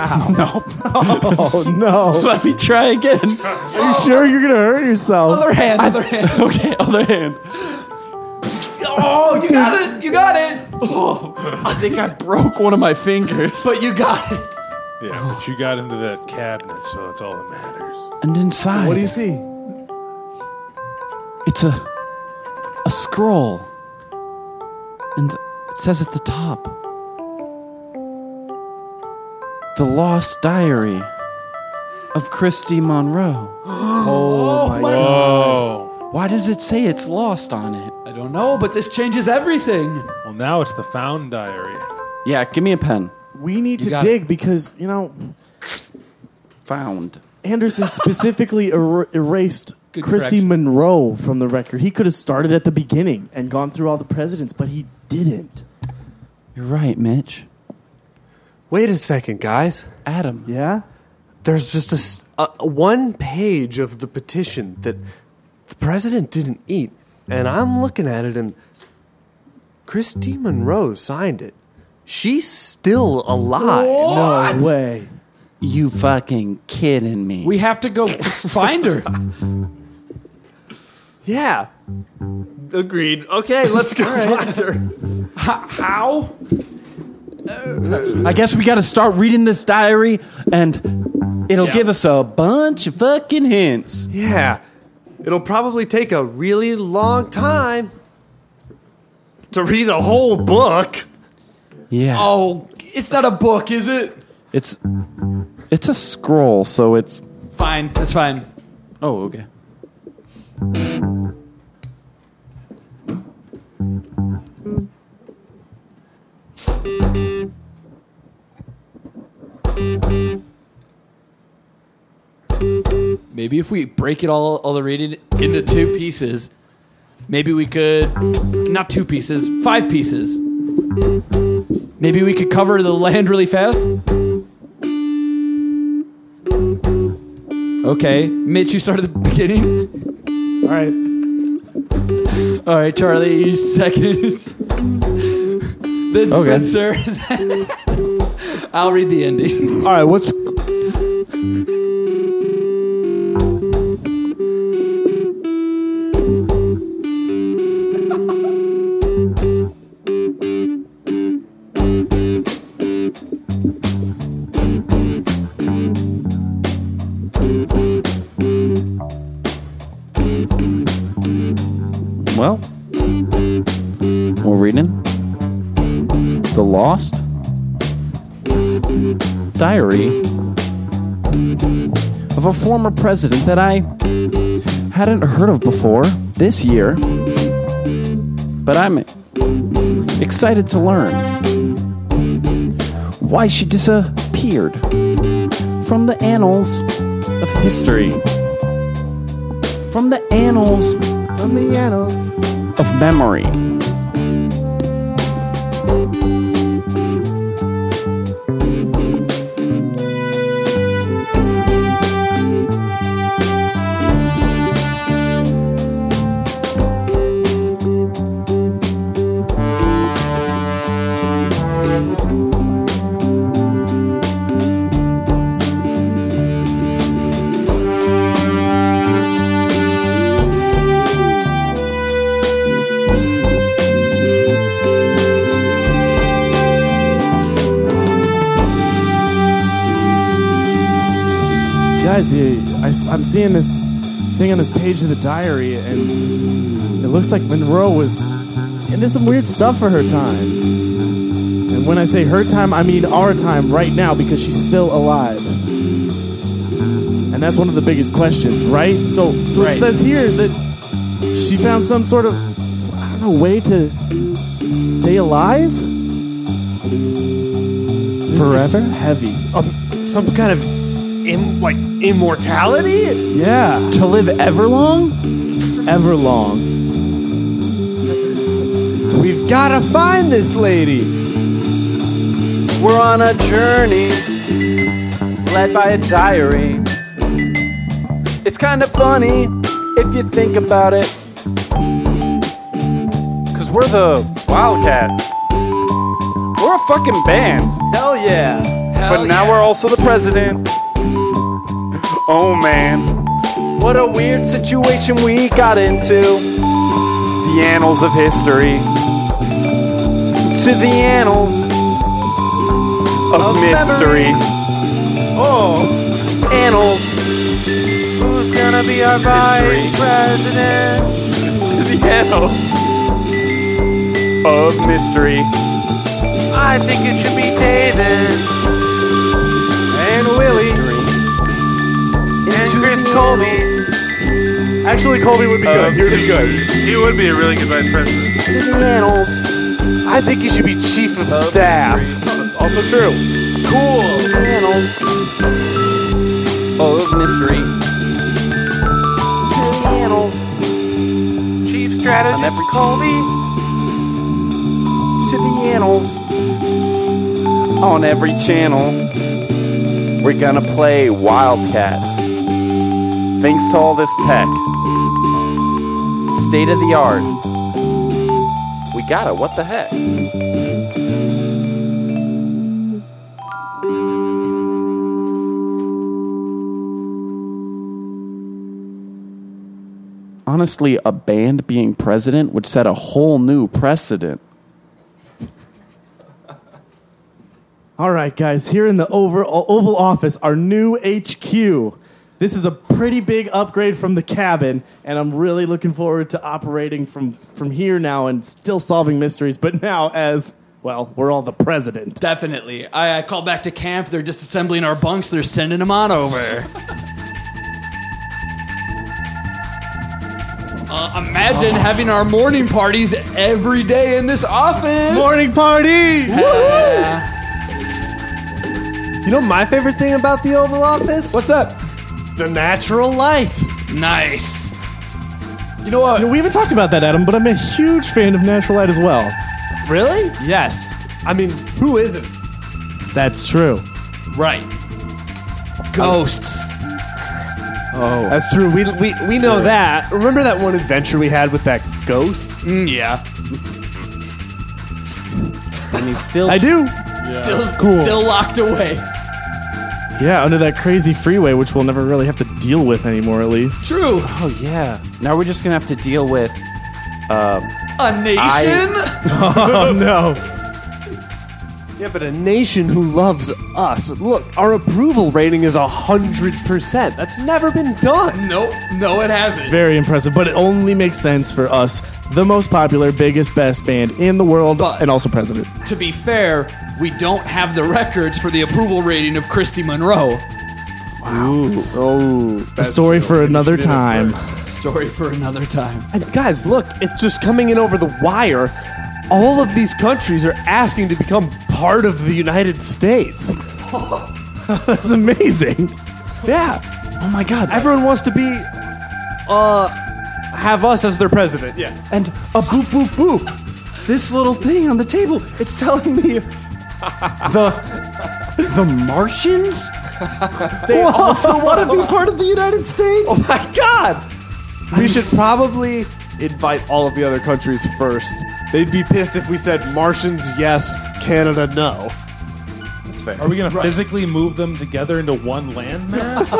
Speaker 2: Oh no.
Speaker 10: Let me try again.
Speaker 2: Are you sure you're gonna hurt yourself?
Speaker 24: Other hand, other hand.
Speaker 10: Okay, other hand.
Speaker 24: Oh, you got it! You got it!
Speaker 10: Oh, I think I broke one of my fingers.
Speaker 24: But you got it.
Speaker 3: Yeah, but you got into that cabinet, so that's all that matters.
Speaker 10: And inside.
Speaker 2: What do you see?
Speaker 10: It's a a scroll. And it says at the top The Lost Diary of Christy Monroe.
Speaker 2: Oh, my
Speaker 10: Whoa.
Speaker 3: God.
Speaker 10: Why does it say it's lost on it?
Speaker 24: I don't know, but this changes everything.
Speaker 3: Well, now it's the Found Diary.
Speaker 10: Yeah, give me a pen.
Speaker 2: We need
Speaker 10: You
Speaker 2: to
Speaker 10: got
Speaker 2: dig because you know
Speaker 10: Found.
Speaker 2: Anderson specifically er- erased
Speaker 10: Good
Speaker 2: Christy Monroe from the record. He could have started at the beginning and gone through all the presidents, but he didn't.
Speaker 10: You're right, Mitch.
Speaker 1: Wait a second, guys.
Speaker 10: Adam.
Speaker 2: Yeah?
Speaker 1: There's just a s- a, a one page of the petition that the president didn't eat, and I'm looking at it, and Christy Monroe signed it. She's still alive.
Speaker 24: What?
Speaker 2: No way.
Speaker 10: You fucking kidding me.
Speaker 24: We have to go find her.
Speaker 1: Yeah. Agreed. Okay, let's go find her.
Speaker 24: How?
Speaker 10: I guess we got to start reading this diary, and it'll
Speaker 1: Yeah.
Speaker 10: give us a bunch of fucking hints.
Speaker 1: Yeah. It'll probably take a really long time to read a whole book.
Speaker 10: Yeah.
Speaker 24: Oh, it's not a book, is it?
Speaker 10: It's it's a scroll, so it's
Speaker 24: Fine, that's fine.
Speaker 10: oh okay.
Speaker 24: Maybe if we break it all, all the reading into two pieces, maybe we could. Not two pieces, five pieces. Maybe we could cover the land really fast. Okay, Mitch, you start at the beginning.
Speaker 2: All right.
Speaker 24: All right, Charlie, you second. then
Speaker 2: Okay.
Speaker 24: Spencer. I'll read the ending.
Speaker 2: All right, what's
Speaker 10: diary of a former president that I hadn't heard of before this year, but I'm excited to learn why she disappeared from the annals of history. From the annals. From the annals. Of memory.
Speaker 7: Guys, you- I, am seeing this thing on this page of the diary, and it looks like Monroe was. And there's some weird stuff for her time. And when I say her time, I mean our time right now because she's still alive. And that's one of the biggest questions, right? So, so
Speaker 1: Right.
Speaker 7: it says here that she found some sort of, I don't know, way to stay alive? Forever? heavy.
Speaker 1: some kind of Im- like immortality?
Speaker 7: Yeah.
Speaker 10: To live everlong?
Speaker 7: Everlong.
Speaker 1: We've gotta find this lady.
Speaker 10: We're on a journey led by a diary. It's kind of funny if you think about it. Cause we're the Wildcats. We're a fucking band.
Speaker 7: Hell yeah.
Speaker 10: but now we're also the president. Oh man. What a weird situation we got into. The annals of history. To the annals of, mystery.
Speaker 7: Oh.
Speaker 10: Annals.
Speaker 2: Who's gonna be our vice president?
Speaker 10: To the annals of mystery.
Speaker 2: I think it should be Davis.
Speaker 7: And Willie.
Speaker 2: And Chris Colby.
Speaker 7: Actually, Colby would be
Speaker 3: good. He would be good. He would be a really good vice president.
Speaker 2: To the annals. I think he should be chief of staff.
Speaker 7: Also true.
Speaker 10: Cool. Annals of mystery.
Speaker 2: To the annals. Chief strategist Colby.
Speaker 10: to the annals on every channel. We're gonna play Wildcat. Thanks to all this tech, state of the art. We got it. What the heck? Honestly, a band being president would set a whole new precedent.
Speaker 7: All right, guys, here in the over, Oval Office, our new HQ. This is a pretty big upgrade from the cabin, and I'm really looking forward to operating from, from here now and still solving mysteries, but now as, well, we're all the president.
Speaker 24: Definitely. I, I call back to camp. They're disassembling our bunks. They're sending them on over. Uh, imagine having our morning parties every day in this office.
Speaker 1: Morning party!
Speaker 24: Yeah.
Speaker 1: You know my favorite thing about the Oval Office? What's
Speaker 24: up?
Speaker 1: The natural light.
Speaker 24: Nice. You know what?
Speaker 7: we haven't talked about that, Adam, but I'm a huge fan of Natural Light as well.
Speaker 1: Really?
Speaker 7: Yes,
Speaker 1: I mean, who isn't?
Speaker 7: that's true.
Speaker 24: Right. Ghosts.
Speaker 1: Oh. That's true. We, we, we know
Speaker 24: Sure.
Speaker 1: that. Remember that one adventure we had with that ghost?
Speaker 24: yeah.
Speaker 7: And he's still. I do.
Speaker 24: Still,
Speaker 7: Cool.
Speaker 24: still locked away.
Speaker 7: Yeah, under that crazy freeway, which we'll never really have to deal with anymore, at least.
Speaker 24: True.
Speaker 7: Oh, yeah.
Speaker 25: Now we're just gonna have to deal with. Um,
Speaker 24: A nation?
Speaker 7: oh, no.
Speaker 10: Yeah, but a nation who loves us. Look, our approval rating is 100%. That's never been done.
Speaker 26: Nope. No, it hasn't.
Speaker 7: Very impressive, but it only makes sense for us, the most popular, biggest, best band in the world, and also president.
Speaker 26: To be fair, we don't have the records for the approval rating of Christy Monroe.
Speaker 7: Ooh. Oh, a story for another time.
Speaker 26: Story for another time.
Speaker 10: And guys, look, it's just coming in over the wire. All of these countries are asking to become part of the United States.
Speaker 7: That's amazing.
Speaker 10: Yeah.
Speaker 7: Oh my God.
Speaker 10: Everyone wants to be, uh, have us as their president. Yeah.
Speaker 27: And a boop boop boop. This little thing on the table, it's telling me the the Martians.
Speaker 10: They also want to be
Speaker 27: part of the United States.
Speaker 10: Oh my God. We should probably invite all of the other countries first. They'd be pissed if we said Martians yes, Canada no. That's fair.
Speaker 3: Are we going to physically move them together into one landmass?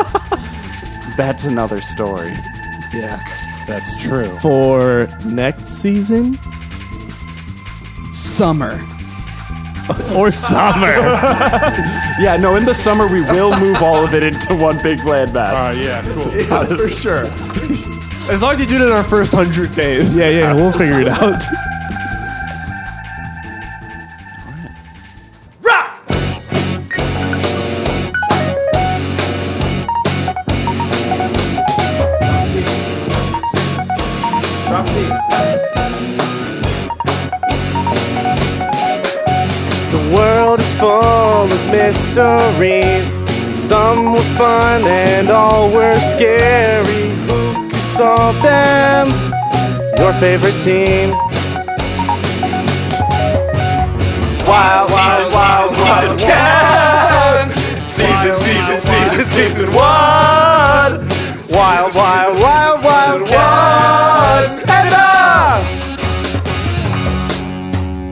Speaker 4: That's another story.
Speaker 7: Yeah,
Speaker 3: that's true.
Speaker 7: For next season,
Speaker 26: summer
Speaker 7: or summer.
Speaker 4: yeah, no, in the summer we will move all of it into one big landmass.
Speaker 3: Oh, yeah, cool.
Speaker 10: for sure. Uh, As long as you do it in our first hundred days.
Speaker 7: Yeah, yeah, we'll figure it out.
Speaker 28: Drop D.
Speaker 2: The world is full of mysteries. Some were fun and all were scary. Who could solve them? Your favorite team. Wild, wild, wild, wild cats. Season, season, season, season one. Wild, wild, wild, wild cats. And it up.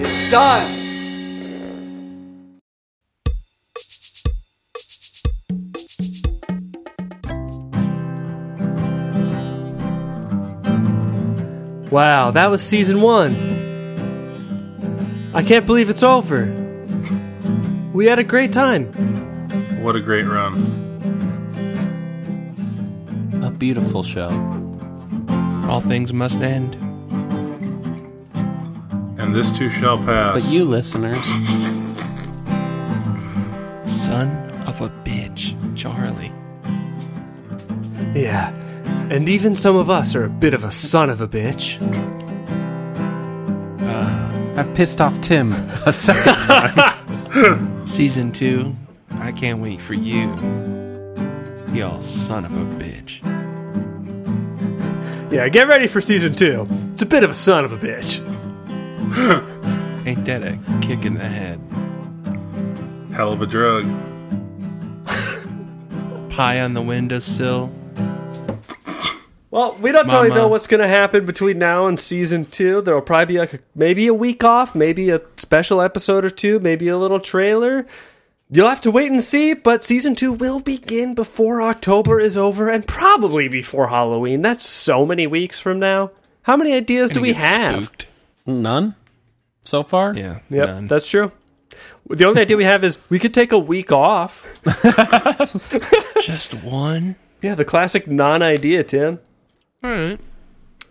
Speaker 26: It's done.
Speaker 1: Wow, that was season one. I can't believe it's over. We had a great time.
Speaker 3: What a great run.
Speaker 4: A beautiful show.
Speaker 24: All things must end.
Speaker 3: And this too shall pass.
Speaker 4: But you listeners,
Speaker 24: Son of a bitch, Charlie.
Speaker 1: Yeah, and even some of us are a bit of a son of a bitch.
Speaker 4: I've pissed off Tim a second time.
Speaker 24: Season 2, I can't wait for you. Y'all son of a bitch.
Speaker 1: Yeah, get ready for season two. It's a bit of a son of a bitch.
Speaker 24: Ain't that a kick in the head?
Speaker 3: Hell of a drug.
Speaker 24: Pie on the windowsill.
Speaker 1: Well, we don't really
Speaker 24: Mama.
Speaker 1: know what's going to happen between now and season two. There'll probably be like a, maybe a week off, maybe a special episode or two, maybe a little trailer. You'll have to wait and see, but season two will begin before October is over and probably before Halloween. That's so many weeks from now. How many ideas do we have?
Speaker 4: none so far.
Speaker 24: Yeah,
Speaker 1: Yep, that's true. The only idea we have is we could take a week off.
Speaker 24: Just one?
Speaker 1: Yeah, the classic non idea, Tim.
Speaker 24: All right.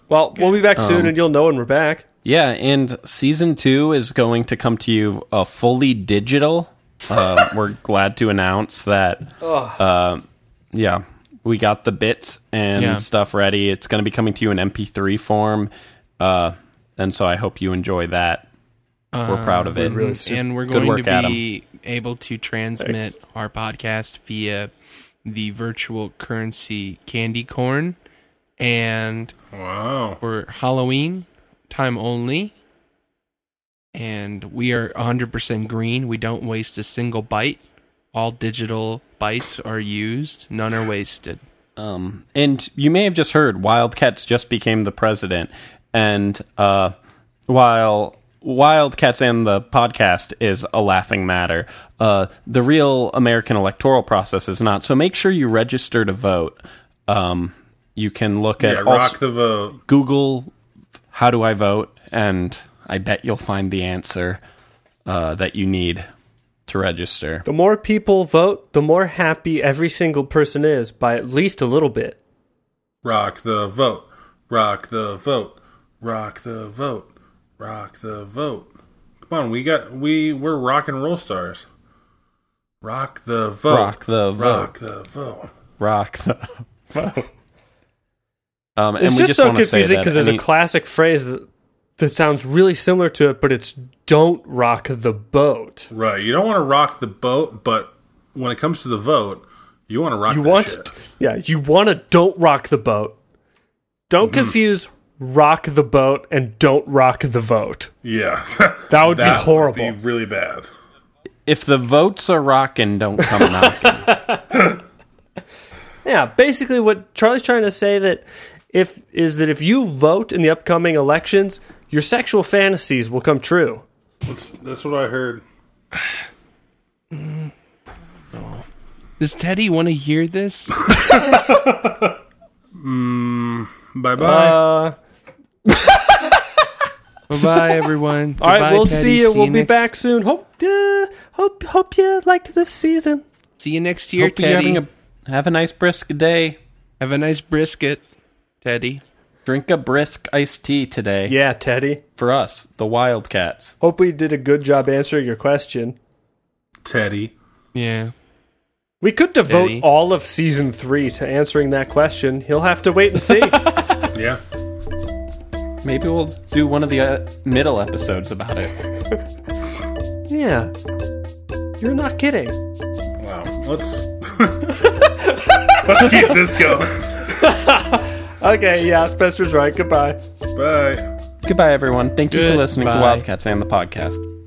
Speaker 1: Well, we'll be back soon
Speaker 4: Um,
Speaker 1: and you'll know when we're back.
Speaker 4: yeah, and season two is going to come to you uh, fully digital. Uh, we're glad to announce that.
Speaker 1: Ugh.
Speaker 4: Uh, yeah, we got the bits and
Speaker 24: Yeah.
Speaker 4: stuff ready. It's going to be coming to you in MP3 form, uh, and so I hope you enjoy that. we're proud of it.
Speaker 24: Um, and we're
Speaker 4: Good
Speaker 24: going
Speaker 4: work,
Speaker 24: to
Speaker 4: Adam.
Speaker 24: be able to transmit our podcast via the virtual currency candy corn. And
Speaker 3: wow.
Speaker 24: for Halloween, time only. And we are 100% green. We don't waste a single bite. All digital bites are used, none are wasted.
Speaker 4: Um, and you may have just heard Wildcats just became the president, and uh, while Wildcats and the podcast is a laughing matter, uh, the real American electoral process is not. So make sure you register to vote. Um, you can look at
Speaker 3: Yeah,
Speaker 4: all-
Speaker 3: rock the vote.
Speaker 4: Google how do I vote, and I bet you'll find the answer uh, that you need. to register.
Speaker 18: The more people vote, the more happy every single person is by at least a little bit.
Speaker 3: Rock the vote. Rock the vote. Rock the vote. Rock the vote. Come on, we got we we're rock and roll stars. Rock the vote.
Speaker 4: Rock the vote.
Speaker 3: Rock the vote.
Speaker 4: Rock the vote. Um, and
Speaker 18: it's
Speaker 4: we
Speaker 18: just, so
Speaker 4: wanna say
Speaker 18: confusing
Speaker 4: that
Speaker 18: because there's
Speaker 4: any-
Speaker 18: a classic phrase that, that sounds really similar to it, but it's "Don't rock the boat."
Speaker 3: Right. You don't want to rock the boat, but when it comes to the vote, you want to rock
Speaker 18: You
Speaker 3: the
Speaker 18: want,
Speaker 3: shit.
Speaker 18: yeah, you want to don't rock the boat. Don't confuse rock the boat and don't rock the vote.
Speaker 3: Yeah.
Speaker 18: That would be
Speaker 3: horrible. be really bad.
Speaker 4: if the votes are rocking, don't come knocking.
Speaker 18: Yeah, basically what Charlie's trying to say that if is that if you vote in the upcoming elections, your sexual fantasies will come true.
Speaker 3: That's, that's what I heard.
Speaker 24: Does Teddy want to hear this?
Speaker 3: Mm, bye bye.
Speaker 24: Uh, Bye-bye, everyone.
Speaker 18: All right,
Speaker 24: Goodbye,
Speaker 18: we'll
Speaker 24: Teddy.
Speaker 18: see you.
Speaker 24: See
Speaker 18: we'll
Speaker 24: you
Speaker 18: be
Speaker 24: next-
Speaker 18: back soon. Hope uh, hope hope you liked this season.
Speaker 24: See you next year,
Speaker 4: Hope you're
Speaker 24: Teddy.
Speaker 4: having a, have a nice brisk day.
Speaker 24: Have a nice brisket, Teddy.
Speaker 4: Drink a brisk iced tea today.
Speaker 18: Yeah, Teddy. Oh.
Speaker 4: For us, the Wildcats.
Speaker 18: Hope we did a good job answering your question.
Speaker 3: Teddy.
Speaker 24: Yeah.
Speaker 18: We could devote
Speaker 24: Teddy.
Speaker 18: all of season 3 to answering that question. He'll have to wait and see.
Speaker 3: yeah.
Speaker 4: Maybe we'll do one of the uh, middle episodes about it.
Speaker 18: Yeah. You're not kidding.
Speaker 3: Wow. Let's let's keep this going.
Speaker 18: Okay, yeah, Spencer's right. Goodbye.
Speaker 3: Bye.
Speaker 4: Goodbye, everyone. Thank you for listening to
Speaker 18: Goodbye.
Speaker 4: Wildcats and the podcast.